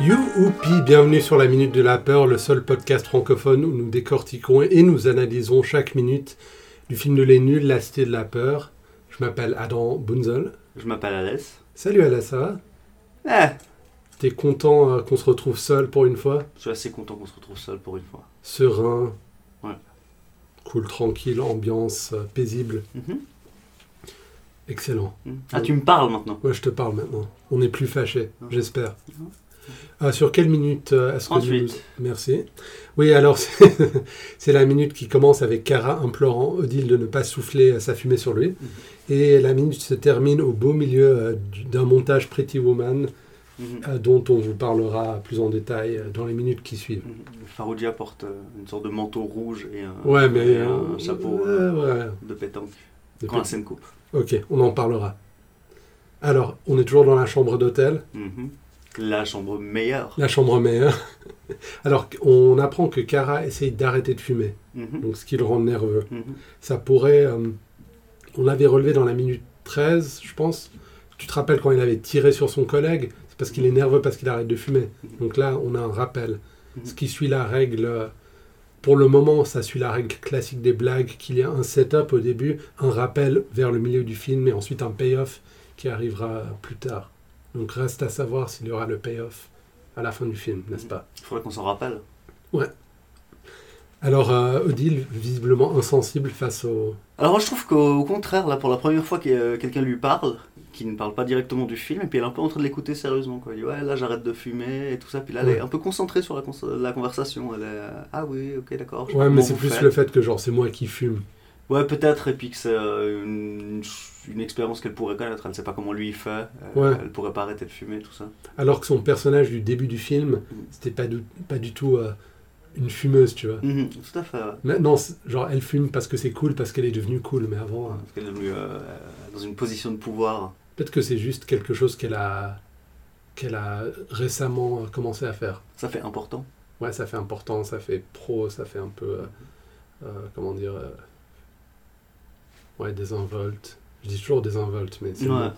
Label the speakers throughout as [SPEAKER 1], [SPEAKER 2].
[SPEAKER 1] Oupi, bienvenue sur la Minute de la Peur, le seul podcast francophone où nous décortiquons et nous analysons chaque minute du film de Les Nuls, La Cité de la Peur. Je m'appelle Adam Bunzel.
[SPEAKER 2] Je m'appelle Alès.
[SPEAKER 1] Salut Alain, ça va
[SPEAKER 2] Eh,
[SPEAKER 1] T'es content euh, qu'on se retrouve seul pour une fois
[SPEAKER 2] je suis assez content qu'on se retrouve seul pour une fois.
[SPEAKER 1] Serein
[SPEAKER 2] Ouais.
[SPEAKER 1] Cool, tranquille, ambiance euh, paisible.
[SPEAKER 2] Mhm.
[SPEAKER 1] Excellent.
[SPEAKER 2] Mm. Ah, tu me parles maintenant.
[SPEAKER 1] Moi, je te parle maintenant. On n'est plus fâchés,
[SPEAKER 2] Ouais.
[SPEAKER 1] j'espère.
[SPEAKER 2] Ouais.
[SPEAKER 1] Euh, sur quelle minute euh, est-ce que
[SPEAKER 2] Ah. Ensuite.
[SPEAKER 1] nous- Merci. Oui, alors, c'est c'est la minute qui commence avec Cara implorant Odile de ne pas souffler euh, sa fumée sur lui.
[SPEAKER 2] Mm-hmm.
[SPEAKER 1] Et la minute se termine au beau milieu euh, du- d'un montage Pretty Woman
[SPEAKER 2] Mhm.
[SPEAKER 1] euh, dont on vous parlera plus en détail euh, dans les minutes qui suivent.
[SPEAKER 2] Mhm. Faroudia porte euh, une sorte de manteau rouge et un,
[SPEAKER 1] Ouais, mais...
[SPEAKER 2] et
[SPEAKER 1] euh,
[SPEAKER 2] un chapeau euh,
[SPEAKER 1] euh, ouais.
[SPEAKER 2] de pétanque.
[SPEAKER 1] Des
[SPEAKER 2] Quand la scène coupe.
[SPEAKER 1] Ok, on en parlera. Alors, on est toujours dans la chambre d'hôtel,
[SPEAKER 2] Mhm. La chambre meilleure.
[SPEAKER 1] la chambre meilleure. Alors, on apprend que Kara essaye d'arrêter de fumer,
[SPEAKER 2] Mhm.
[SPEAKER 1] donc ce qui le rend nerveux.
[SPEAKER 2] Mhm.
[SPEAKER 1] Ça pourrait... euh, on l'avait relevé dans la minute 13, je pense. Tu te rappelles quand il avait tiré sur son collègue C'est parce qu'il est nerveux parce qu'il arrête de fumer.
[SPEAKER 2] Mhm.
[SPEAKER 1] Donc là, on a un rappel.
[SPEAKER 2] Mhm.
[SPEAKER 1] Ce qui suit la règle... euh, Pour le moment, ça suit la règle classique des blagues, qu'il y a un setup au début, un rappel vers le milieu du film et ensuite un payoff qui arrivera plus tard. Donc reste à savoir s'il y aura le payoff à la fin du film, n'est-ce pas
[SPEAKER 2] Il faudrait qu'on s'en rappelle.
[SPEAKER 1] Alors euh, Odile, visiblement insensible face au...
[SPEAKER 2] Alors, je trouve qu'au au contraire, là, pour la première fois que euh, quelqu'un lui parle, qui ne parle pas directement du film, et puis elle est un peu en train de l'écouter sérieusement. Quoi. Elle dit Ouais, là, j'arrête de fumer et tout ça. Puis là, elle
[SPEAKER 1] Ouais.
[SPEAKER 2] est un peu concentrée sur la, cons- la conversation. Elle est euh, Ah oui, ok, d'accord. je-
[SPEAKER 1] Ouais, mais
[SPEAKER 2] comment
[SPEAKER 1] c'est
[SPEAKER 2] vous
[SPEAKER 1] plus
[SPEAKER 2] faites
[SPEAKER 1] le fait que genre c'est moi qui fume.
[SPEAKER 2] Ouais, peut-être, et puis que c'est euh, une, une expérience qu'elle pourrait connaître. Elle ne sait pas comment lui il fait. Euh,
[SPEAKER 1] Ouais.
[SPEAKER 2] Elle pourrait pas arrêter de fumer, tout ça.
[SPEAKER 1] Alors que son personnage du début du film,
[SPEAKER 2] Mhm.
[SPEAKER 1] c'était pas du, pas du tout euh, une fumeuse, tu vois.
[SPEAKER 2] Mhm, tout à fait. ouais.
[SPEAKER 1] Maintenant, c'est- genre elle fume parce que c'est cool, parce qu'elle est devenue cool, mais avant... euh,
[SPEAKER 2] Parce qu'elle est devenue euh, dans une position de pouvoir.
[SPEAKER 1] Peut-être que c'est juste quelque chose qu'elle a, qu'elle a récemment euh, commencé à faire.
[SPEAKER 2] Ça fait important.
[SPEAKER 1] Ouais, ça fait important, ça fait pro, ça fait un peu. euh, euh, comment dire euh, Ouais, désinvolte. Je dis toujours désinvolte, mais c'est.
[SPEAKER 2] Ouais.
[SPEAKER 1] bon.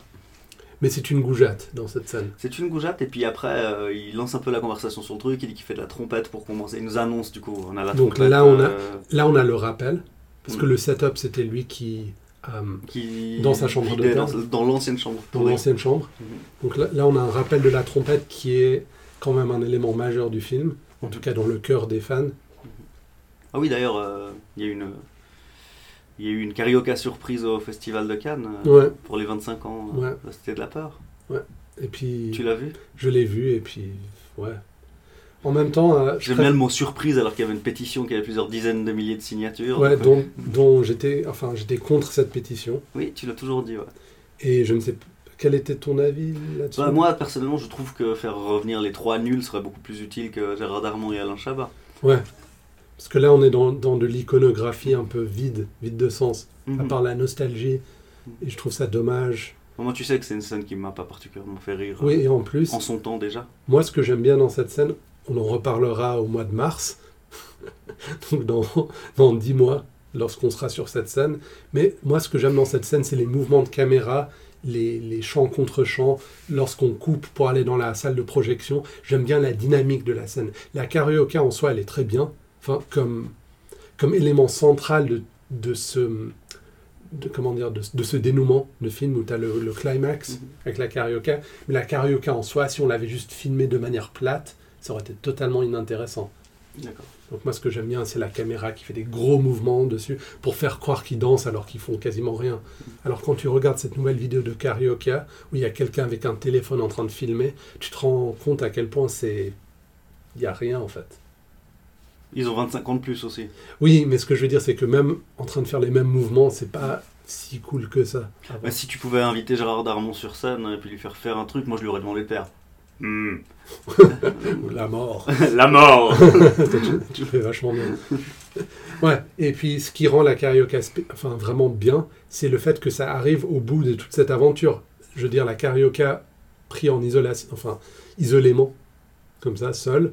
[SPEAKER 1] Mais c'est une goujatte dans cette scène.
[SPEAKER 2] C'est une goujate, et puis après, euh, il lance un peu la conversation sur le truc. Il dit qu'il fait de la trompette pour commencer. Il nous annonce, du coup, on a la
[SPEAKER 1] Donc
[SPEAKER 2] trompette.
[SPEAKER 1] là, on a-
[SPEAKER 2] euh,
[SPEAKER 1] Là, on a le rappel, parce que
[SPEAKER 2] Mm.
[SPEAKER 1] le setup, c'était lui qui. euh,
[SPEAKER 2] qui
[SPEAKER 1] Dans sa chambre
[SPEAKER 2] vidait
[SPEAKER 1] d'hôtel.
[SPEAKER 2] Dans, dans l'ancienne chambre.
[SPEAKER 1] dans l'ancienne chambre.
[SPEAKER 2] Mhm.
[SPEAKER 1] Donc là, là, on a un rappel de la trompette qui est quand même un élément majeur du film, en tout cas dans le cœur des fans.
[SPEAKER 2] Ah oui, d'ailleurs, euh, il y a une. Il y a eu une carioca surprise au Festival de Cannes euh,
[SPEAKER 1] Ouais,
[SPEAKER 2] pour les 25 ans. euh,
[SPEAKER 1] ouais.
[SPEAKER 2] La Cité de la Peur.
[SPEAKER 1] Et puis.
[SPEAKER 2] Tu l'as vu
[SPEAKER 1] Je l'ai vu et puis ouais. En même temps, euh, je
[SPEAKER 2] J'aime bien le mot surprise alors qu'il y avait une pétition qui avait plusieurs dizaines de milliers de signatures.
[SPEAKER 1] ouais,
[SPEAKER 2] Enfin,
[SPEAKER 1] dont, dont j'étais enfin j'étais contre cette pétition
[SPEAKER 2] Oui, tu l'as toujours dit. ouais.
[SPEAKER 1] et je ne sais p- quel était ton avis là-dessus.
[SPEAKER 2] Bah, moi, personnellement, je trouve que faire revenir les trois nuls serait beaucoup plus utile que Gérard Darmon et Alain Chabat.
[SPEAKER 1] Ouais. Parce que là, on est dans, dans de l'iconographie un peu vide, vide de sens, à
[SPEAKER 2] Mhm.
[SPEAKER 1] part la nostalgie. Et je trouve ça dommage.
[SPEAKER 2] Moi, tu sais que c'est une scène qui m'a pas particulièrement fait rire. euh,
[SPEAKER 1] Oui, et en plus,
[SPEAKER 2] En son temps déjà.
[SPEAKER 1] moi, ce que j'aime bien dans cette scène, on en reparlera au mois de mars, donc dans, dans 10 mois, lorsqu'on sera sur cette scène. Mais moi, ce que j'aime dans cette scène, c'est les mouvements de caméra, les, les champs contre champs, lorsqu'on coupe pour aller dans la salle de projection. J'aime bien la dynamique de la scène. La karaoke en soi, elle est très bien, enfin, comme, comme élément central de, de ce. De, comment dire, de, de ce dénouement de film où tu as le, le climax
[SPEAKER 2] Mhm.
[SPEAKER 1] avec la carioca. Mais la carioca en soi, si on l'avait juste filmée de manière plate, ça aurait été totalement inintéressant.
[SPEAKER 2] D'accord.
[SPEAKER 1] Donc moi, ce que j'aime bien, c'est la caméra qui fait des gros mouvements dessus pour faire croire qu'ils dansent alors qu'ils font quasiment rien. Alors quand tu regardes cette nouvelle vidéo de Carioca, où il y a quelqu'un avec un téléphone en train de filmer, tu te rends compte à quel point c'est... Il n'y a rien en fait.
[SPEAKER 2] Ils ont 25 ans de plus aussi.
[SPEAKER 1] Oui, mais ce que je veux dire, c'est que même en train de faire les mêmes mouvements, c'est pas si cool que ça.
[SPEAKER 2] Bah, si tu pouvais inviter Gérard Darmon sur scène et puis lui faire faire un truc, moi je lui aurais demandé de faire. Hmm.
[SPEAKER 1] La mort.
[SPEAKER 2] la mort
[SPEAKER 1] tu le fais vachement bien. Ouais, et puis ce qui rend la carioca sp- enfin, vraiment bien, c'est le fait que ça arrive au bout de toute cette aventure. Je veux dire, la carioca pris en isolation, enfin, isolément, comme ça, seul,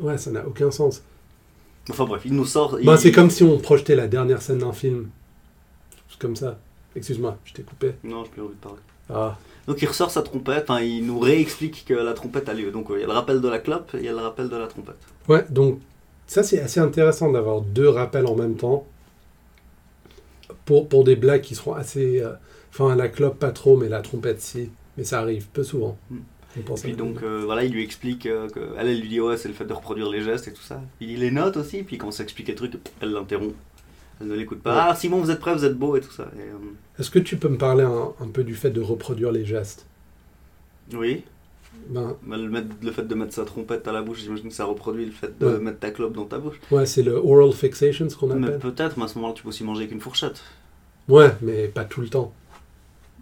[SPEAKER 1] ouais, ça n'a aucun sens.
[SPEAKER 2] Enfin bref, il nous sort.
[SPEAKER 1] Bah,
[SPEAKER 2] il-
[SPEAKER 1] c'est comme si on projetait la dernière scène d'un film. C'est Comme ça. Excuse-moi, je t'ai coupé.
[SPEAKER 2] Non, j'ai plus envie de parler.
[SPEAKER 1] Ah,
[SPEAKER 2] Donc il ressort sa trompette, hein, il nous réexplique que la trompette a lieu. Donc euh, il y a le rappel de la clope et il y a le rappel de la trompette.
[SPEAKER 1] Ouais, donc ça c'est assez intéressant d'avoir deux rappels en même temps pour, pour des blagues qui seront assez... euh, Enfin, la clope pas trop, mais la trompette si. Mais ça arrive peu souvent.
[SPEAKER 2] Mm.
[SPEAKER 1] On pense
[SPEAKER 2] Et puis
[SPEAKER 1] à-
[SPEAKER 2] donc euh, voilà, il lui explique euh, que elle, elle lui dit ouais c'est le fait de reproduire les gestes et tout ça. Il dit les notes aussi, puis quand ça explique les trucs, elle l'interrompt. Elle ne l'écoute pas.
[SPEAKER 1] Ouais.
[SPEAKER 2] Ah Simon vous êtes prêt, vous êtes beau et tout ça. Et, euh,
[SPEAKER 1] Est-ce que tu peux me parler un, un peu du fait de reproduire les gestes
[SPEAKER 2] oui.
[SPEAKER 1] Ben,
[SPEAKER 2] Mais bah, Le, mettre- le fait de mettre sa trompette à la bouche, j'imagine que ça reproduit le fait de
[SPEAKER 1] Ouais.
[SPEAKER 2] mettre ta clope dans ta bouche.
[SPEAKER 1] ouais, c'est le oral fixation, ce qu'on
[SPEAKER 2] Mais
[SPEAKER 1] appelle.
[SPEAKER 2] peut-être, mais à ce moment-là, tu peux aussi manger avec une fourchette.
[SPEAKER 1] Ouais, mais pas tout le temps.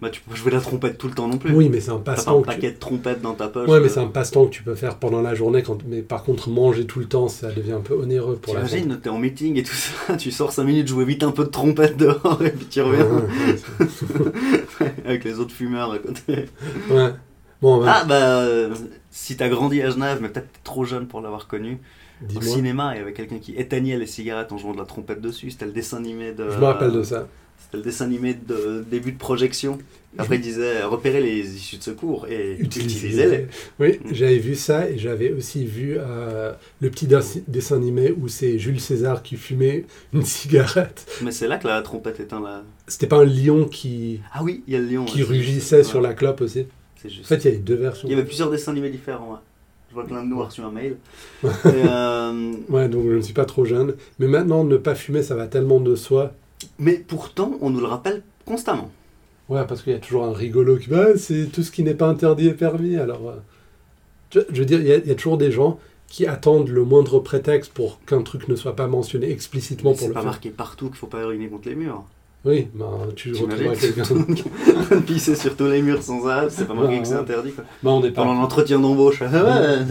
[SPEAKER 2] Bah tu peux jouer la trompette tout le temps non plus.
[SPEAKER 1] Oui, mais c'est un
[SPEAKER 2] Mm. T'as pas un
[SPEAKER 1] passe-temps. que tu-
[SPEAKER 2] paquet de trompettes dans ta poche.
[SPEAKER 1] Ouais, mais
[SPEAKER 2] euh,
[SPEAKER 1] c'est un passe-temps que tu peux faire pendant la journée. Quand... Mais par contre, manger tout le temps, ça devient un peu onéreux pour la santé.
[SPEAKER 2] T'imagines, t'es en meeting et tout ça, tu sors 5 minutes jouer vite un peu de trompette dehors et puis tu
[SPEAKER 1] Ouais,
[SPEAKER 2] reviens
[SPEAKER 1] ouais, c'est-
[SPEAKER 2] avec les autres fumeurs à côté.
[SPEAKER 1] ouais. Bon, ben,
[SPEAKER 2] Ah bah, euh, si t'as grandi à Genève, mais peut-être t'es trop jeune pour l'avoir connu, au
[SPEAKER 1] dis-moi.
[SPEAKER 2] cinéma, il y avait quelqu'un qui éteignait les cigarettes en jouant de la trompette dessus, c'était le dessin animé de...
[SPEAKER 1] Je me rappelle de ça.
[SPEAKER 2] C'était le dessin animé de début de projection. Après, il disait, repérez les issues de secours et utilisez-les.
[SPEAKER 1] Oui,
[SPEAKER 2] Mm.
[SPEAKER 1] j'avais vu ça et j'avais aussi vu euh, le petit dess- dessin animé où c'est Jules César qui fumait une cigarette.
[SPEAKER 2] Mais c'est là que la trompette éteint la...
[SPEAKER 1] C'était pas un lion qui,
[SPEAKER 2] Ah oui, il y a le lion.
[SPEAKER 1] qui
[SPEAKER 2] ouais, c'est
[SPEAKER 1] rugissait
[SPEAKER 2] juste-
[SPEAKER 1] sur
[SPEAKER 2] ouais,
[SPEAKER 1] la clope aussi.
[SPEAKER 2] C'est juste.
[SPEAKER 1] En fait, il y a les deux versions.
[SPEAKER 2] Il y avait plusieurs dessins animés différents. ouais. Je vois que l'un de nous a reçu un mail. Et, euh,
[SPEAKER 1] Ouais, donc je ne suis pas trop jeune. Mais maintenant, ne pas fumer, ça va tellement de soi.
[SPEAKER 2] mais pourtant, on nous le rappelle constamment.
[SPEAKER 1] Ouais, parce qu'il y a toujours un rigolo qui va, c'est tout ce qui n'est pas interdit est permis. Alors, euh, tu vois, je veux dire, il y, a- il y a toujours des gens qui attendent le moindre prétexte pour qu'un truc ne soit pas mentionné explicitement pour
[SPEAKER 2] C'est
[SPEAKER 1] le
[SPEAKER 2] pas
[SPEAKER 1] faire.
[SPEAKER 2] marqué partout qu'il faut pas uriner contre les murs.
[SPEAKER 1] Oui, ben, tu retrouveras quelqu'un.
[SPEAKER 2] T'imagines Pisser sur tous les murs sans arrêt, c'est pas marqué que c'est
[SPEAKER 1] Ouais.
[SPEAKER 2] interdit. Quoi.
[SPEAKER 1] Ben, on n'est pas.
[SPEAKER 2] Pendant l'entretien d'embauche, ah ouais, euh,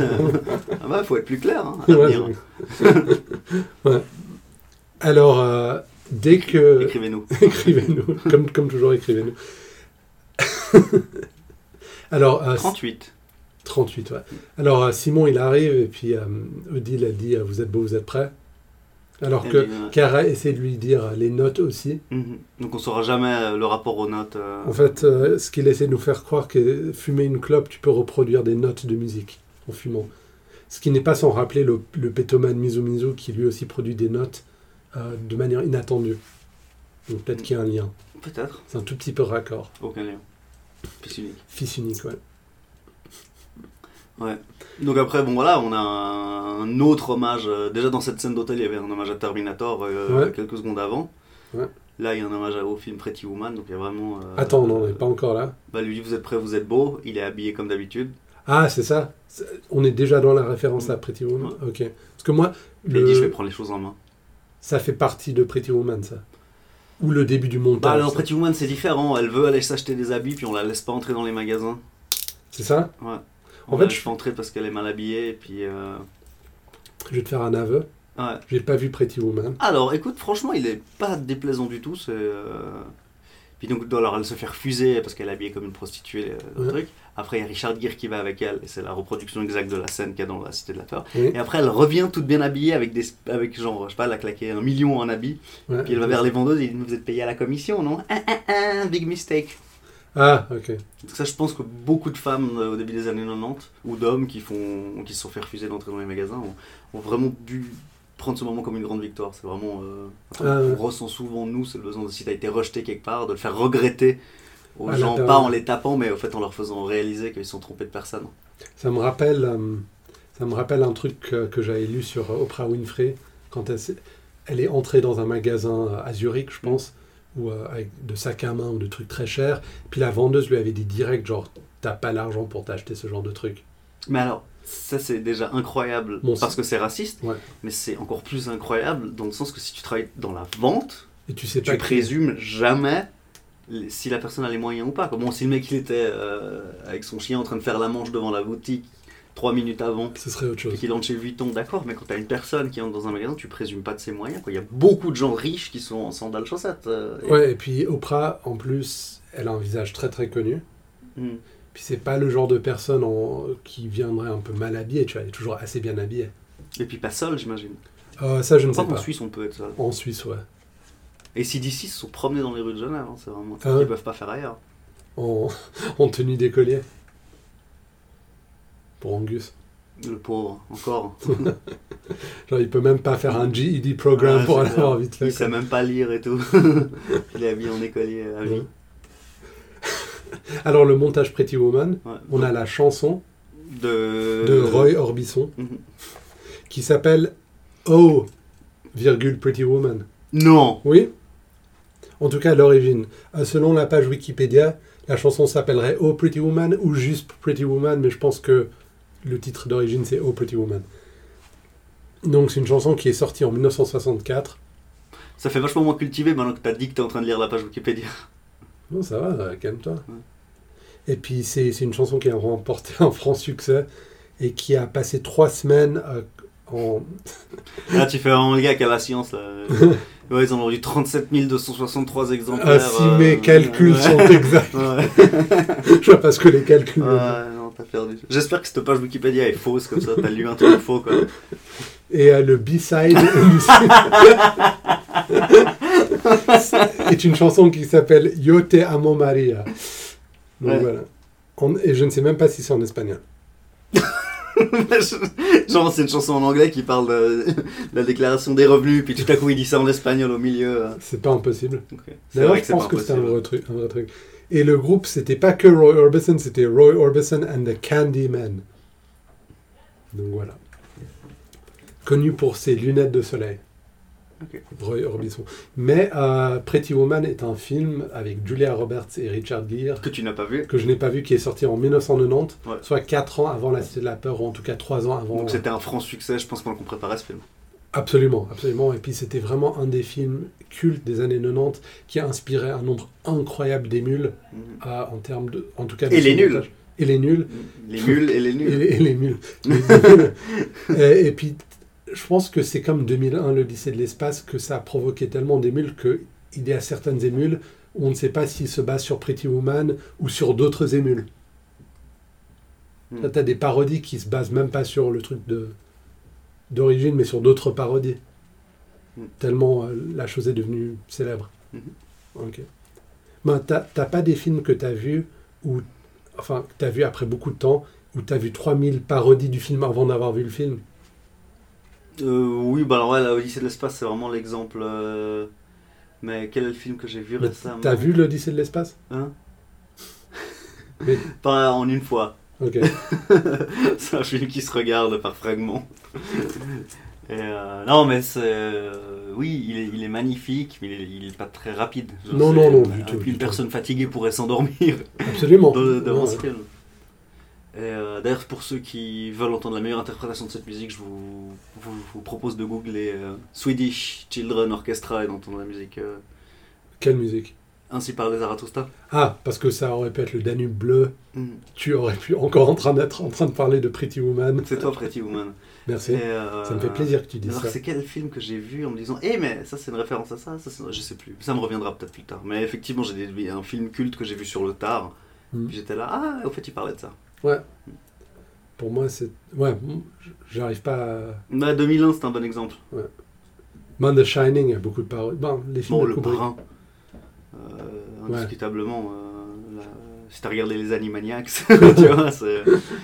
[SPEAKER 2] ah bah, faut être plus clair. Hein, à l'avenir.
[SPEAKER 1] Ouais, je- Ouais. Alors, euh, dès que.
[SPEAKER 2] Euh, Écrivez-nous.
[SPEAKER 1] écrivez-nous, comme, comme toujours, écrivez-nous. Alors, euh,
[SPEAKER 2] 38.
[SPEAKER 1] 38, ouais. Alors, euh, Simon, il arrive et puis euh, Odile a dit euh, Vous êtes beau, vous êtes prêt Alors
[SPEAKER 2] Elle
[SPEAKER 1] que
[SPEAKER 2] dit, euh,
[SPEAKER 1] Cara essaie de lui dire euh, les notes aussi.
[SPEAKER 2] mhm. Donc on saura jamais euh, le rapport aux notes. euh.
[SPEAKER 1] En fait, euh, ce qu'il essaie de nous faire croire que fumer une clope, tu peux reproduire des notes de musique en fumant. Ce qui n'est pas sans rappeler le, le pétomane Mizu Mizu qui lui aussi produit des notes euh, de manière inattendue. Donc peut-être qu'il y a un lien.
[SPEAKER 2] Peut-être.
[SPEAKER 1] C'est un tout petit peu raccord.
[SPEAKER 2] Aucun lien. Piste unique.
[SPEAKER 1] Fils unique, ouais.
[SPEAKER 2] Donc après, bon voilà, on a un un autre hommage. euh, Déjà dans cette scène d'hôtel, il y avait un hommage à Terminator euh,
[SPEAKER 1] Ouais.
[SPEAKER 2] quelques secondes avant.
[SPEAKER 1] Ouais.
[SPEAKER 2] Là, il y a un hommage au film Pretty Woman, donc il y a vraiment... euh,
[SPEAKER 1] Attends, non, on n'est pas encore là.
[SPEAKER 2] Bah, lui dit, vous êtes prêts, vous êtes beau. Il est habillé comme d'habitude.
[SPEAKER 1] Ah, c'est ça C'est- On est déjà dans la référence à Pretty Woman Ok. Parce que moi,
[SPEAKER 2] Il a dit, je vais
[SPEAKER 1] le...
[SPEAKER 2] prendre les choses en main.
[SPEAKER 1] ça fait partie de Pretty Woman, ça. Ou le début du
[SPEAKER 2] Bah,
[SPEAKER 1] montage.
[SPEAKER 2] alors
[SPEAKER 1] ça.
[SPEAKER 2] Pretty Woman, c'est différent. Elle veut aller s'acheter des habits, puis on la laisse pas entrer dans les magasins.
[SPEAKER 1] C'est ça
[SPEAKER 2] On
[SPEAKER 1] En
[SPEAKER 2] la
[SPEAKER 1] fait,
[SPEAKER 2] laisse
[SPEAKER 1] je-
[SPEAKER 2] pas entrer parce qu'elle est mal habillée, et puis... euh,
[SPEAKER 1] Je vais te faire un aveu.
[SPEAKER 2] ouais.
[SPEAKER 1] J'ai pas vu Pretty Woman.
[SPEAKER 2] Alors, écoute, franchement, il est pas déplaisant du tout. c'est, euh, Puis donc, alors, elle se fait refuser parce qu'elle est habillée comme une prostituée, euh, dans le
[SPEAKER 1] Ouais.
[SPEAKER 2] truc. Après, il y a Richard Gere qui va avec elle, et c'est la reproduction exacte de la scène qu'il y a dans La Cité de la Peur.
[SPEAKER 1] Oui.
[SPEAKER 2] Et après, elle revient toute bien habillée avec des, avec genre, je sais pas, elle a claqué un million en habits.
[SPEAKER 1] Ouais.
[SPEAKER 2] Puis elle va vers les vendeuses et dit Vous êtes payé à la commission, non Ah, ah, ah, big mistake.
[SPEAKER 1] Ah, ok.
[SPEAKER 2] Donc, ça, je pense que beaucoup de femmes euh, au début des années 90 ou d'hommes qui, font... qui se sont fait refuser d'entrer dans les magasins ont, ont vraiment dû prendre ce moment comme une grande victoire. C'est vraiment. euh, un truc
[SPEAKER 1] Ah,
[SPEAKER 2] qu'on
[SPEAKER 1] ouais.
[SPEAKER 2] ressent souvent, nous, c'est le besoin de si t'as été rejeté quelque part, de le faire regretter aux
[SPEAKER 1] Ah,
[SPEAKER 2] gens,
[SPEAKER 1] là, t'as-
[SPEAKER 2] pas en les tapant, mais au fait en leur faisant réaliser qu'ils sont trompés de personne.
[SPEAKER 1] Ça me rappelle, euh, ça me rappelle un truc euh, que j'avais lu sur euh, Oprah Winfrey quand elle, s'est- elle est entrée dans un magasin euh, à Zurich, je pense, ou euh, avec de sacs à main ou de trucs très chers. Puis la vendeuse lui avait dit direct genre t'as pas l'argent pour t'acheter ce genre de truc.
[SPEAKER 2] Mais alors, ça c'est déjà incroyable
[SPEAKER 1] Bon,
[SPEAKER 2] parce
[SPEAKER 1] c'est-
[SPEAKER 2] que c'est raciste,
[SPEAKER 1] Ouais.
[SPEAKER 2] mais c'est encore plus incroyable dans le sens que si tu travailles dans la vente,
[SPEAKER 1] Et tu sais
[SPEAKER 2] tu
[SPEAKER 1] pas. qui-
[SPEAKER 2] présumes jamais les- si la personne a les moyens ou pas. quoi. Bon, si le mec il était euh, avec son chien en train de faire la manche devant la boutique trois minutes avant
[SPEAKER 1] Ce serait autre
[SPEAKER 2] et
[SPEAKER 1] chose.
[SPEAKER 2] qu'il entre chez Vuitton, d'accord, mais quand t'as une personne qui entre dans un magasin, tu présumes pas de ses moyens. quoi. Il y a beaucoup de gens riches qui sont en sandales chaussettes. euh, et-
[SPEAKER 1] Ouais. Et puis Oprah, en plus, elle a un visage très très connu.
[SPEAKER 2] Mm.
[SPEAKER 1] Puis c'est pas le genre de personne en- qui viendrait un peu mal habillée. Tu vois, elle est toujours assez bien habillée.
[SPEAKER 2] Et puis pas seul, j'imagine.
[SPEAKER 1] Euh, ça, je ne sais
[SPEAKER 2] Je crois qu'en
[SPEAKER 1] pas.
[SPEAKER 2] Suisse on peut être seul.
[SPEAKER 1] En Suisse, ouais.
[SPEAKER 2] Et si d'ici se sont promenés dans les rues de Genève, hein, c'est vraiment un
[SPEAKER 1] Ah
[SPEAKER 2] truc
[SPEAKER 1] ouais.
[SPEAKER 2] qu'ils peuvent pas faire ailleurs.
[SPEAKER 1] en, en tenue d'écolier. Pour Angus.
[SPEAKER 2] Le pauvre, encore.
[SPEAKER 1] Genre, il peut même pas faire un GED programme
[SPEAKER 2] Ouais,
[SPEAKER 1] pour
[SPEAKER 2] Ah, c'est
[SPEAKER 1] aller
[SPEAKER 2] clair.
[SPEAKER 1] voir vite là.
[SPEAKER 2] Il sait même pas lire et tout. Il est habillé en écolier à vie.
[SPEAKER 1] Ouais. Alors, le montage Pretty Woman,
[SPEAKER 2] Ouais.
[SPEAKER 1] on a la chanson
[SPEAKER 2] De...
[SPEAKER 1] de Roy Orbison
[SPEAKER 2] Euh, Mhm.
[SPEAKER 1] qui s'appelle Oh, virgule Pretty Woman.
[SPEAKER 2] Non
[SPEAKER 1] Oui En tout cas, à l'origine. Euh, Selon la page Wikipédia, la chanson s'appellerait Oh Pretty Woman ou juste Pretty Woman, mais je pense que le titre d'origine c'est Oh Pretty Woman. Donc, c'est une chanson qui est sortie en 1964.
[SPEAKER 2] Ça fait vachement moins cultivé maintenant que t'as dit que t'es en train de lire la page Wikipédia.
[SPEAKER 1] Non, ça va, euh, calme-toi.
[SPEAKER 2] Ouais.
[SPEAKER 1] Et puis, c'est c'est une chanson qui a remporté un franc succès et qui a passé trois semaines euh, en.
[SPEAKER 2] Là, tu fais vraiment le gars qui a la science. Là. Ouais, ils en ont vendu 37 263 exemplaires.
[SPEAKER 1] Ah, si
[SPEAKER 2] euh,
[SPEAKER 1] mes calculs
[SPEAKER 2] ouais.
[SPEAKER 1] sont exacts,
[SPEAKER 2] Ouais.
[SPEAKER 1] je vois pas ce que les calculs.
[SPEAKER 2] Ouais, non, t'as perdu. J'espère que cette page Wikipédia est fausse, comme ça, t'as lu un truc faux, quoi.
[SPEAKER 1] Et euh, le B-side euh, est une chanson qui s'appelle Yo te amo Maria. Donc
[SPEAKER 2] Ouais.
[SPEAKER 1] voilà. En- et je ne sais même pas si c'est en espagnol.
[SPEAKER 2] Genre, c'est une chanson en anglais qui parle de de la déclaration des revenus, puis tout à coup, il dit ça en espagnol au milieu. hein.
[SPEAKER 1] C'est pas impossible.
[SPEAKER 2] Ok. C'est
[SPEAKER 1] D'ailleurs,
[SPEAKER 2] vrai
[SPEAKER 1] je
[SPEAKER 2] que c'est pas
[SPEAKER 1] pense que c'est un,
[SPEAKER 2] impossible.
[SPEAKER 1] vrai truc- un vrai truc. Et le groupe, c'était pas que Roy Orbison, c'était Roy Orbison and the Candyman. Donc voilà. Connu pour ses lunettes de soleil.
[SPEAKER 2] Ok.
[SPEAKER 1] Roy Orbison. Mais euh, Pretty Woman est un film avec Julia Roberts et Richard Gere
[SPEAKER 2] Que tu n'as pas vu.
[SPEAKER 1] que je n'ai pas vu, qui est sorti en 1990,
[SPEAKER 2] Ouais.
[SPEAKER 1] soit 4 ans avant La Cité de la Peur, ou en tout cas 3 ans avant.
[SPEAKER 2] Donc, c'était un franc succès, je pense, quand on préparait ce film.
[SPEAKER 1] Absolument, absolument. Et puis c'était vraiment un des films cultes des années 90 qui a inspiré un nombre incroyable d'émules,
[SPEAKER 2] Mhm.
[SPEAKER 1] euh, en termes de. En tout cas,
[SPEAKER 2] Et
[SPEAKER 1] de
[SPEAKER 2] les
[SPEAKER 1] son
[SPEAKER 2] nuls.
[SPEAKER 1] montage. Et les nuls.
[SPEAKER 2] Les mules et les
[SPEAKER 1] Et
[SPEAKER 2] nuls.
[SPEAKER 1] les, et les mules. Et- et, puis, je pense que c'est comme 2001, le lycée de l'espace, que ça a provoqué tellement d'émules qu'il y a certaines émules où on ne sait pas s'ils se basent sur Pretty Woman ou sur d'autres émules.
[SPEAKER 2] Hmm.
[SPEAKER 1] Là, t'as des parodies qui se basent même pas sur le truc de d'origine, mais sur d'autres parodies.
[SPEAKER 2] Mm.
[SPEAKER 1] Tellement euh, la chose est devenue célèbre.
[SPEAKER 2] Mhm.
[SPEAKER 1] Ok. Ben, t'as t'as pas des films que t'as vu ou enfin que t'as vu après beaucoup de temps où t'as vu 3000 parodies du film avant d'avoir vu le film.
[SPEAKER 2] Euh, oui, bah alors ouais, là, Odyssée de l'espace, c'est vraiment l'exemple. euh, Mais quel film que j'ai vu
[SPEAKER 1] Mais
[SPEAKER 2] récemment
[SPEAKER 1] Bah, T'as vu l'Odyssée de l'espace
[SPEAKER 2] Hein
[SPEAKER 1] Mais-
[SPEAKER 2] Pas en une fois.
[SPEAKER 1] Ok.
[SPEAKER 2] c'est un film qui se regarde par fragments. Et, euh, non, mais c'est. euh, Oui, il est, il est magnifique, mais il est, il est pas très rapide. Je
[SPEAKER 1] Non,
[SPEAKER 2] sais,
[SPEAKER 1] non, non,
[SPEAKER 2] euh,
[SPEAKER 1] du tout, du
[SPEAKER 2] Une
[SPEAKER 1] tout.
[SPEAKER 2] personne fatiguée pourrait s'endormir
[SPEAKER 1] Absolument.
[SPEAKER 2] de- devant
[SPEAKER 1] Ouais.
[SPEAKER 2] ce film. Et, euh, D'ailleurs, pour ceux qui veulent entendre la meilleure interprétation de cette musique, je vous, vous, vous propose de googler euh, Swedish Children Orchestra et d'entendre la musique euh,
[SPEAKER 1] Quelle musique
[SPEAKER 2] ainsi par les Zarathustra.
[SPEAKER 1] Ah, parce que ça aurait pu être le Danube bleu.
[SPEAKER 2] Mm.
[SPEAKER 1] Tu aurais pu encore en train d'être en train de parler de Pretty Woman.
[SPEAKER 2] C'est toi, Pretty Woman.
[SPEAKER 1] Merci.
[SPEAKER 2] Et, euh,
[SPEAKER 1] Ça me fait plaisir que tu dises
[SPEAKER 2] Alors,
[SPEAKER 1] ça.
[SPEAKER 2] c'est quel film que j'ai vu en me disant, eh, mais ça, c'est une référence à ça, ça c'est- je sais plus. Ça me reviendra peut-être plus tard. Mais effectivement, j'ai des- un film culte que j'ai vu sur le tard.
[SPEAKER 1] Mm.
[SPEAKER 2] Puis J'étais là, ah, au fait, il parlait de ça.
[SPEAKER 1] Pour moi, c'est. Ouais, bon, j'arrive pas à.
[SPEAKER 2] Bah, 2001, c'est un bon exemple.
[SPEAKER 1] Man The Shining, il y a beaucoup de paroles. Bon, les films
[SPEAKER 2] Bon,
[SPEAKER 1] de
[SPEAKER 2] Oh, le
[SPEAKER 1] Kubrick.
[SPEAKER 2] parrain. Euh,
[SPEAKER 1] Ouais.
[SPEAKER 2] indiscutablement, euh, la- si t'as regardé les Animaniacs, tu vois, c'est.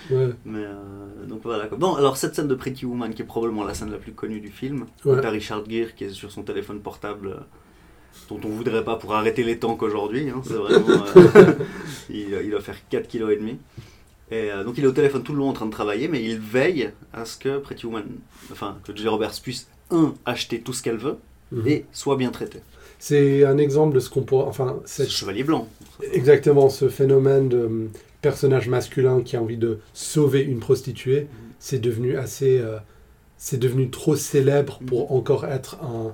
[SPEAKER 1] Ouais,
[SPEAKER 2] Mais euh, donc voilà. quoi. Bon, alors cette scène de Pretty Woman, qui est probablement la scène la plus connue du film,
[SPEAKER 1] Ouais.
[SPEAKER 2] où t'as Richard Gere qui est sur son téléphone portable, euh, dont on voudrait pas pour arrêter les temps qu'aujourd'hui. hein, c'est vraiment. euh, il, il doit faire 4,5 kg. Et, demi. et euh, donc il est au téléphone tout le long en train de travailler, mais il veille à ce que Pretty Woman, enfin, que Julia Roberts puisse, un, acheter tout ce qu'elle veut,
[SPEAKER 1] mhm.
[SPEAKER 2] et soit bien traitée.
[SPEAKER 1] C'est un exemple de ce qu'on pourrait. Enfin,
[SPEAKER 2] C'est le
[SPEAKER 1] c'est
[SPEAKER 2] Chevalier Blanc.
[SPEAKER 1] exactement ce phénomène de hum, personnage masculin qui a envie de sauver une prostituée. C'est devenu assez. euh, c'est devenu trop célèbre pour encore être un.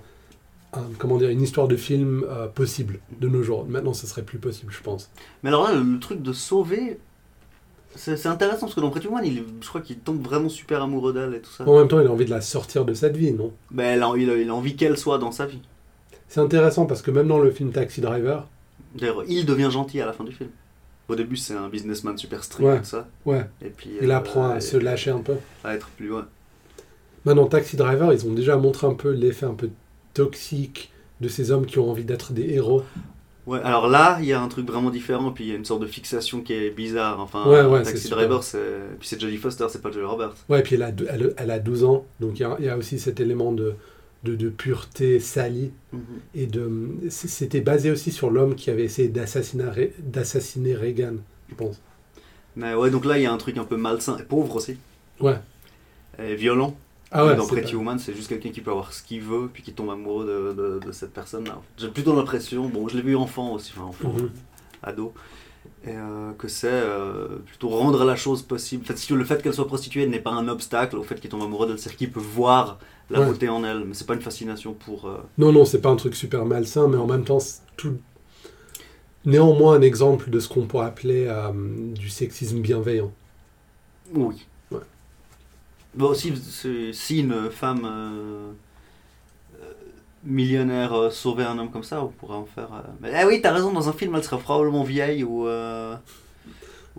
[SPEAKER 1] un- comment dire, une histoire de film euh, possible de nos jours. Maintenant, ce serait plus possible, je pense.
[SPEAKER 2] Mais alors là, le, le truc de sauver, c'est c'est intéressant parce que dans Pretty Woman, il, je crois qu'il tombe vraiment super amoureux d'elle et tout ça.
[SPEAKER 1] En même temps, il a envie de la sortir de cette vie, non
[SPEAKER 2] Ben, elle a- il, a, il a envie qu'elle soit dans sa vie.
[SPEAKER 1] C'est intéressant parce que même dans le film Taxi Driver,
[SPEAKER 2] D'ailleurs, il devient gentil à la fin du film. Au début, c'est un businessman super strict
[SPEAKER 1] Ouais.
[SPEAKER 2] et tout ça.
[SPEAKER 1] ouais,
[SPEAKER 2] Et puis,
[SPEAKER 1] il
[SPEAKER 2] euh,
[SPEAKER 1] apprend à se lâcher un peu.
[SPEAKER 2] à être plus loin.
[SPEAKER 1] Maintenant, Taxi Driver, ils ont déjà montré un peu l'effet un peu toxique de ces hommes qui ont envie d'être des héros.
[SPEAKER 2] Ouais, alors là, il y a un truc vraiment différent, puis il y a une sorte de fixation qui est bizarre. Enfin,
[SPEAKER 1] Ouais, ouais, c'est
[SPEAKER 2] Ah, Taxi
[SPEAKER 1] super.
[SPEAKER 2] Driver, c'est. Puis c'est Jodie Foster, c'est pas Jolly Robert.
[SPEAKER 1] Ouais, et puis elle a, deux- elle, elle a 12 ans, donc il y a- il y, a aussi cet élément de, de, de pureté salie. Et de, c- c'était basé aussi sur l'homme qui avait essayé d'assassiner Re- d'assassiner Reagan, je pense.
[SPEAKER 2] Mais ouais, donc là, il y a un truc un peu malsain et pauvre aussi.
[SPEAKER 1] Ouais.
[SPEAKER 2] Et violent.
[SPEAKER 1] Ah ouais,
[SPEAKER 2] dans
[SPEAKER 1] c'est
[SPEAKER 2] Pretty Woman, c'est juste quelqu'un qui peut avoir ce qu'il veut, puis qui tombe amoureux de, de- de cette personne-là. J'ai plutôt l'impression, bon, je l'ai vu enfant aussi, enfin
[SPEAKER 1] pas-
[SPEAKER 2] enfant,
[SPEAKER 1] Mhm.
[SPEAKER 2] ado, et, euh, que c'est euh, plutôt rendre la chose possible. En fait, si tu veux, le fait qu'elle soit prostituée n'est pas un obstacle au fait qu'il tombe amoureux d'elle, c'est-à-dire qu'il peut voir la
[SPEAKER 1] Ouais.
[SPEAKER 2] beauté en elle, mais c'est pas une fascination pour. euh,
[SPEAKER 1] Non, non, c'est pas un truc super malsain, mais en même temps, c'est tout... néanmoins un exemple de ce qu'on pourrait appeler euh, du sexisme bienveillant.
[SPEAKER 2] Oui.
[SPEAKER 1] Ouais.
[SPEAKER 2] Bon, si, c'est- si une femme euh, euh, millionnaire euh, sauvait un homme comme ça, on pourrait en faire. euh, mais- ah oui, t'as raison, dans un film, elle sera probablement vieille ou, euh,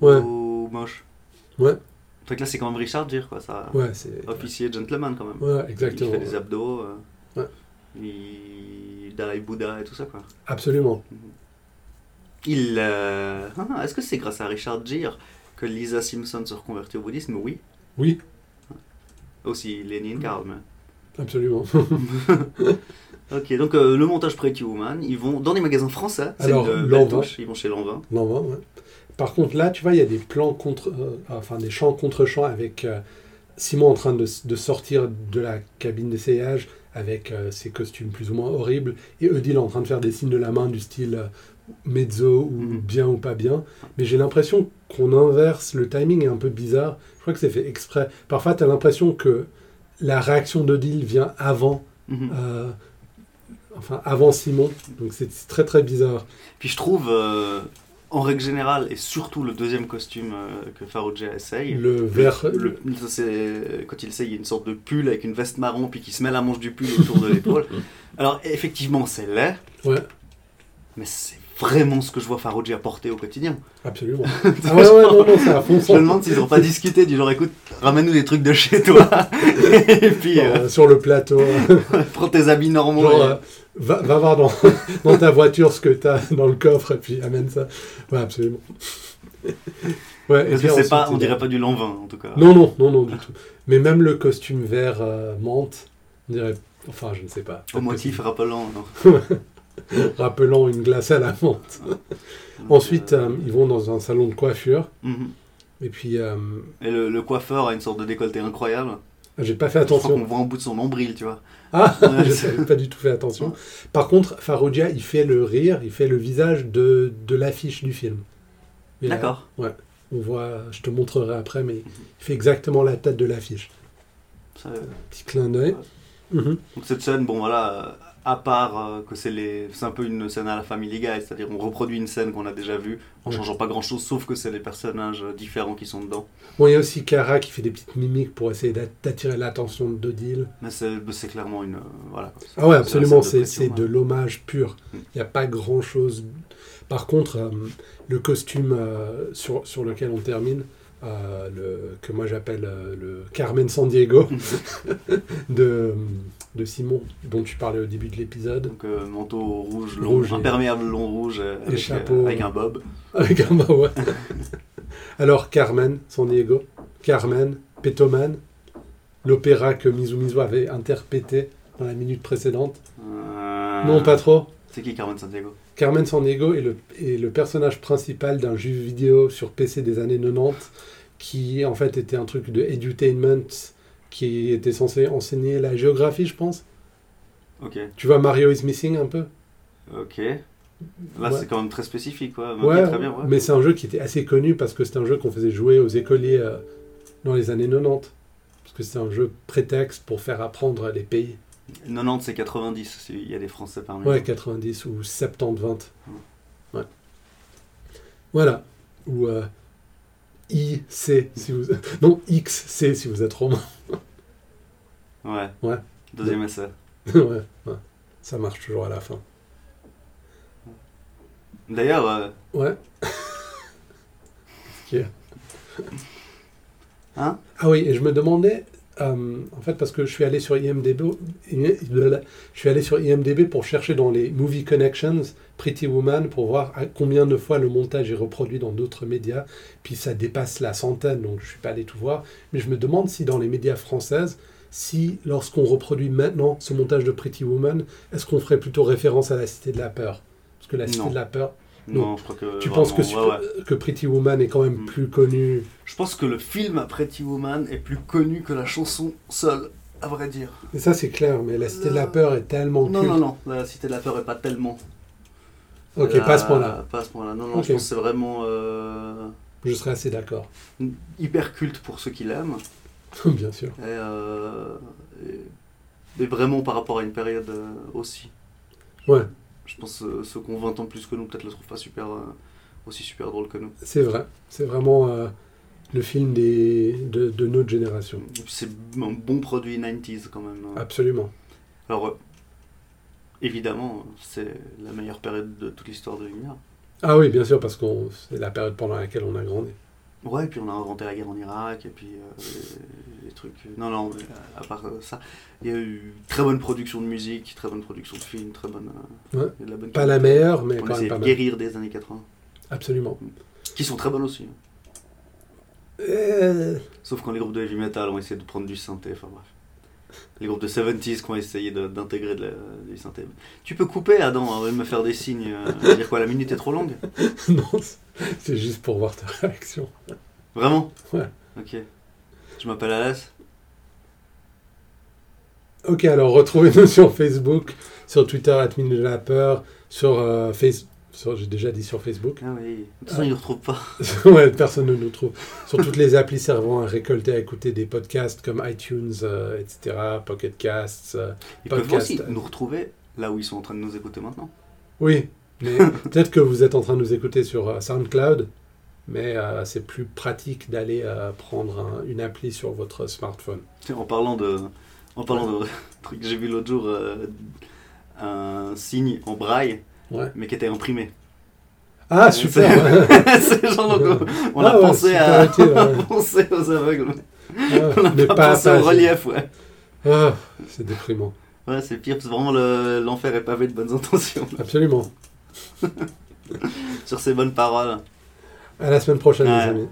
[SPEAKER 1] Ouais.
[SPEAKER 2] ou moche.
[SPEAKER 1] Ouais.
[SPEAKER 2] Fait que là, c'est quand même Richard Gere, quoi. Ça,
[SPEAKER 1] Ouais, c'est...
[SPEAKER 2] Officier gentleman, quand même.
[SPEAKER 1] Ouais, exactement.
[SPEAKER 2] Il fait des abdos. euh,
[SPEAKER 1] Ouais.
[SPEAKER 2] Il. Dalai Bouddha et tout ça, quoi.
[SPEAKER 1] Absolument.
[SPEAKER 2] Il. euh, ah, Est-ce que c'est grâce à Richard Gere que Lisa Simpson se reconvertit au bouddhisme Oui.
[SPEAKER 1] Oui.
[SPEAKER 2] Aussi Lénine Karl, mais-
[SPEAKER 1] Absolument.
[SPEAKER 2] Ok, donc euh, le montage Pretty Woman, ils vont dans des magasins français, c'est
[SPEAKER 1] Alors,
[SPEAKER 2] une belle
[SPEAKER 1] Lanvin.
[SPEAKER 2] touche, ils vont chez Lanvin.
[SPEAKER 1] Non, non, ouais. Par contre, là, tu vois, il y a des plans contre, euh, enfin des champs contre champs avec euh, Simon en train de, s- de sortir de la cabine d'essayage avec euh, ses costumes plus ou moins horribles et Odile en train de faire des signes de la main du style euh, mezzo ou
[SPEAKER 2] Mhm.
[SPEAKER 1] bien ou pas bien. Mais j'ai l'impression qu'on inverse, le timing est un peu bizarre. Je crois que c'est fait exprès. Parfois, tu as l'impression que la réaction d'Odile vient avant,
[SPEAKER 2] Mhm.
[SPEAKER 1] euh, enfin avant Simon. Donc c'est très très bizarre.
[SPEAKER 2] Puis je trouve, euh, en règle générale, et surtout le deuxième costume euh, que Farouja essaye,
[SPEAKER 1] Le vert,
[SPEAKER 2] le- ça, c'est- quand il essaye, il y a une sorte de pull avec une veste marron, puis qui se met la manche du pull autour de l'épaule. Alors effectivement, c'est laid,
[SPEAKER 1] Ouais.
[SPEAKER 2] mais c'est vraiment ce que je vois Farouja porter au quotidien.
[SPEAKER 1] Absolument. Ah ouais, ouais, non, non, c'est à fond.
[SPEAKER 2] Je me demande s'ils n'ont pas discuté du genre, écoute, ramène-nous des trucs de chez toi, et puis
[SPEAKER 1] Genre, euh, sur le plateau. euh,
[SPEAKER 2] euh, prends tes habits normaux.
[SPEAKER 1] genre,
[SPEAKER 2] et-
[SPEAKER 1] euh, va, va voir dans, dans ta voiture ce que t'as dans le coffre et puis amène ça. Ouais, absolument. Ouais, et
[SPEAKER 2] Parce
[SPEAKER 1] puis
[SPEAKER 2] que c'est
[SPEAKER 1] ensuite,
[SPEAKER 2] pas, on
[SPEAKER 1] il-
[SPEAKER 2] dirait pas du Lanvin en tout cas.
[SPEAKER 1] Non, non, non, non, du tout. Mais même le costume vert euh, menthe, on dirait. Enfin, je ne sais pas.
[SPEAKER 2] Au motif rappelant. non.
[SPEAKER 1] Rappelant une glace à la menthe. Ensuite,
[SPEAKER 2] Euh,
[SPEAKER 1] euh, ils vont dans un salon de coiffure.
[SPEAKER 2] mhm.
[SPEAKER 1] Et puis, euh,
[SPEAKER 2] Et le, le coiffeur a une sorte de décolleté incroyable.
[SPEAKER 1] j'ai pas fait
[SPEAKER 2] Attention.
[SPEAKER 1] attention.
[SPEAKER 2] On voit en bout de son nombril, tu vois.
[SPEAKER 1] Ah,
[SPEAKER 2] Ouais,
[SPEAKER 1] je
[SPEAKER 2] c'est-
[SPEAKER 1] n'avais pas du tout fait attention. Par contre, Faroudia, il fait le rire, il fait le visage de, de l'affiche du film. Et là,
[SPEAKER 2] D'accord.
[SPEAKER 1] On voit, je te montrerai après, mais il fait exactement la tête de l'affiche.
[SPEAKER 2] Ça, euh,
[SPEAKER 1] Petit clin d'œil. Mhm.
[SPEAKER 2] Donc cette scène, bon voilà, euh, à part euh, que c'est les, c'est un peu une scène à la Family Guy, c'est-à-dire on reproduit une scène qu'on a déjà vue en
[SPEAKER 1] Ouais.
[SPEAKER 2] changeant pas grand-chose, sauf que c'est les personnages euh, différents qui sont dedans.
[SPEAKER 1] Bon, il y a aussi Cara qui fait des petites mimiques pour essayer d'a- d'attirer l'attention de Dodil.
[SPEAKER 2] Mais c'est c'est clairement une, euh, voilà. quoi.
[SPEAKER 1] Ah ouais,
[SPEAKER 2] C'est la
[SPEAKER 1] absolument,
[SPEAKER 2] scène
[SPEAKER 1] c'est
[SPEAKER 2] de
[SPEAKER 1] c'est
[SPEAKER 2] pression,
[SPEAKER 1] de
[SPEAKER 2] hein.
[SPEAKER 1] l'hommage pur.
[SPEAKER 2] Mm.
[SPEAKER 1] Il n'y a pas grand-chose. Par contre, euh, le costume euh, sur, sur lequel on termine, euh, le, que moi j'appelle euh, le Carmen San Diego de, de Simon, dont tu parlais au début de l'épisode,
[SPEAKER 2] Donc euh, manteau rouge, long,
[SPEAKER 1] Rouge et-
[SPEAKER 2] imperméable long rouge, euh, avec, euh,
[SPEAKER 1] chapeau.
[SPEAKER 2] avec un bob.
[SPEAKER 1] avec un bas, ouais. Alors, Carmen San Diego, Carmen, Pétoman, l'opéra que Mizu Mizu avait interprété dans la minute précédente.
[SPEAKER 2] Euh,
[SPEAKER 1] Non, pas trop
[SPEAKER 2] C'est qui Carmen Santiago
[SPEAKER 1] Carmen Sandiego est le, est le personnage principal d'un jeu vidéo sur PC des années 90 qui en fait était un truc de edutainment qui était censé enseigner la géographie, je pense.
[SPEAKER 2] Ok,
[SPEAKER 1] Tu vois Mario is Missing un peu
[SPEAKER 2] ok. Là,
[SPEAKER 1] Ouais.
[SPEAKER 2] c'est quand même très spécifique, quoi. Même
[SPEAKER 1] Ouais,
[SPEAKER 2] Ah, très bien, ouais.
[SPEAKER 1] mais c'est un jeu qui était assez connu parce que c'était un jeu qu'on faisait jouer aux écoliers euh, dans les années 90. Parce que c'est un jeu prétexte pour faire apprendre les pays.
[SPEAKER 2] 90, c'est 90, si il y a des Français parmi
[SPEAKER 1] Ouais,
[SPEAKER 2] nous.
[SPEAKER 1] 90 ou 70-20. Ouais. Voilà. Ou euh, IC, si vous... Non, XC si vous êtes romain.
[SPEAKER 2] Ouais.
[SPEAKER 1] Ouais.
[SPEAKER 2] Deuxième essai.
[SPEAKER 1] ouais, ouais. Ça marche toujours à la fin.
[SPEAKER 2] D'ailleurs, euh,
[SPEAKER 1] Ouais. Qu'est-ce qu'il y a
[SPEAKER 2] Hein
[SPEAKER 1] Ah oui, et je me demandais, euh, en fait, parce que je suis allé sur IMDb, je suis allé sur IMDb pour chercher dans les Movie Connections Pretty Woman pour voir à combien de fois le montage est reproduit dans d'autres médias. Puis ça dépasse la centaine, donc je suis pas allé tout voir. Mais je me demande si dans les médias françaises, si lorsqu'on reproduit maintenant ce montage de Pretty Woman, est-ce qu'on ferait plutôt référence à la Cité de la peur Parce que la Cité
[SPEAKER 2] Non.
[SPEAKER 1] de la peur,
[SPEAKER 2] Non,
[SPEAKER 1] Non.
[SPEAKER 2] je crois que.
[SPEAKER 1] tu
[SPEAKER 2] vraiment,
[SPEAKER 1] penses que,
[SPEAKER 2] Euh, ouais, ouais.
[SPEAKER 1] que Pretty Woman est quand même
[SPEAKER 2] Mm.
[SPEAKER 1] plus connue
[SPEAKER 2] Je pense que le film Pretty Woman est plus connu que la chanson seule, à vrai dire.
[SPEAKER 1] Et ça, c'est clair, mais la Cité de la
[SPEAKER 2] Non.
[SPEAKER 1] peur est tellement
[SPEAKER 2] Non,
[SPEAKER 1] culte.
[SPEAKER 2] non, non, la Cité de la Peur est pas tellement.
[SPEAKER 1] Ok,
[SPEAKER 2] La-
[SPEAKER 1] pas à ce point-là.
[SPEAKER 2] Pas à ce point-là. Non, non,
[SPEAKER 1] Ok.
[SPEAKER 2] je pense que c'est vraiment euh,
[SPEAKER 1] Je serais assez d'accord.
[SPEAKER 2] hyper culte pour ceux qui l'aiment.
[SPEAKER 1] Bien sûr.
[SPEAKER 2] Et, euh, et- et vraiment par rapport à une période euh, aussi.
[SPEAKER 1] Ouais.
[SPEAKER 2] Je pense que ceux qui ont 20 ans plus que nous, peut-être le trouvent pas super, euh, aussi super drôle que nous.
[SPEAKER 1] C'est vrai. C'est vraiment euh, le film des, de, de notre génération.
[SPEAKER 2] Et puis C'est un bon produit 90s quand même. hein.
[SPEAKER 1] Absolument.
[SPEAKER 2] Alors, euh, évidemment, c'est la meilleure période de toute l'histoire de Lumière.
[SPEAKER 1] Ah oui, bien sûr, parce que c'est la période pendant laquelle on a grandi.
[SPEAKER 2] Ouais, et puis on a inventé la guerre en Irak, et puis euh, les trucs. Non, non, mais à à part euh, ça, il y a eu très bonne production de musique, très bonne production de films, très bonne. euh,
[SPEAKER 1] Ouais.
[SPEAKER 2] il y a de la bonne
[SPEAKER 1] Pas la meilleure, mais
[SPEAKER 2] On
[SPEAKER 1] quand
[SPEAKER 2] essaie
[SPEAKER 1] même
[SPEAKER 2] de
[SPEAKER 1] pas mal.
[SPEAKER 2] guérir des années 80,
[SPEAKER 1] Absolument.
[SPEAKER 2] qui sont très bonnes aussi. hein.
[SPEAKER 1] Euh,
[SPEAKER 2] Sauf quand les groupes de heavy metal ont essayé de prendre du synthé, enfin bref. Les groupes de 70s qui ont essayé de- d'intégrer de la- du synthé. Tu peux couper, Adam, avant de me faire des signes. euh, dire quoi, la minute est trop longue
[SPEAKER 1] non, c'est- c'est juste pour voir ta réaction.
[SPEAKER 2] Vraiment
[SPEAKER 1] Ouais.
[SPEAKER 2] Ok. Je m'appelle Alas.
[SPEAKER 1] Ok, alors retrouvez-nous sur Facebook, sur Twitter, at Minute de la Peur, sur Facebook. J'ai déjà dit sur Facebook.
[SPEAKER 2] Ah oui. De toute façon, il ne retrouve pas.
[SPEAKER 1] ouais, personne ne nous trouve. Sur toutes les applis servant à récolter, à écouter des podcasts comme iTunes, euh, etc., Pocket Casts. euh.
[SPEAKER 2] Ils
[SPEAKER 1] Podcast.
[SPEAKER 2] peuvent aussi nous retrouver là où ils sont en train de nous écouter maintenant.
[SPEAKER 1] Oui, mais peut-être que vous êtes en train de nous écouter sur euh, SoundCloud, mais euh, c'est plus pratique d'aller euh, prendre un- une appli sur votre smartphone.
[SPEAKER 2] Tiens, En parlant de, en parlant de trucs, j'ai vu l'autre jour euh, un signe en braille,
[SPEAKER 1] Ouais.
[SPEAKER 2] mais qui était imprimé.
[SPEAKER 1] Ah, super!
[SPEAKER 2] C'est genre donc, on, on
[SPEAKER 1] Ah
[SPEAKER 2] a
[SPEAKER 1] ouais,
[SPEAKER 2] pensé
[SPEAKER 1] super
[SPEAKER 2] à,
[SPEAKER 1] utile,
[SPEAKER 2] on a
[SPEAKER 1] ouais.
[SPEAKER 2] pensé aux aveugles, mais
[SPEAKER 1] Ah,
[SPEAKER 2] on a pensé au
[SPEAKER 1] assez.
[SPEAKER 2] relief, ouais.
[SPEAKER 1] Ah, c'est déprimant.
[SPEAKER 2] Ouais, c'est pire, c'est vraiment le- l'enfer est pavé de bonnes intentions.
[SPEAKER 1] Absolument.
[SPEAKER 2] Sur ces bonnes paroles.
[SPEAKER 1] À la semaine prochaine,
[SPEAKER 2] Ouais.
[SPEAKER 1] les amis.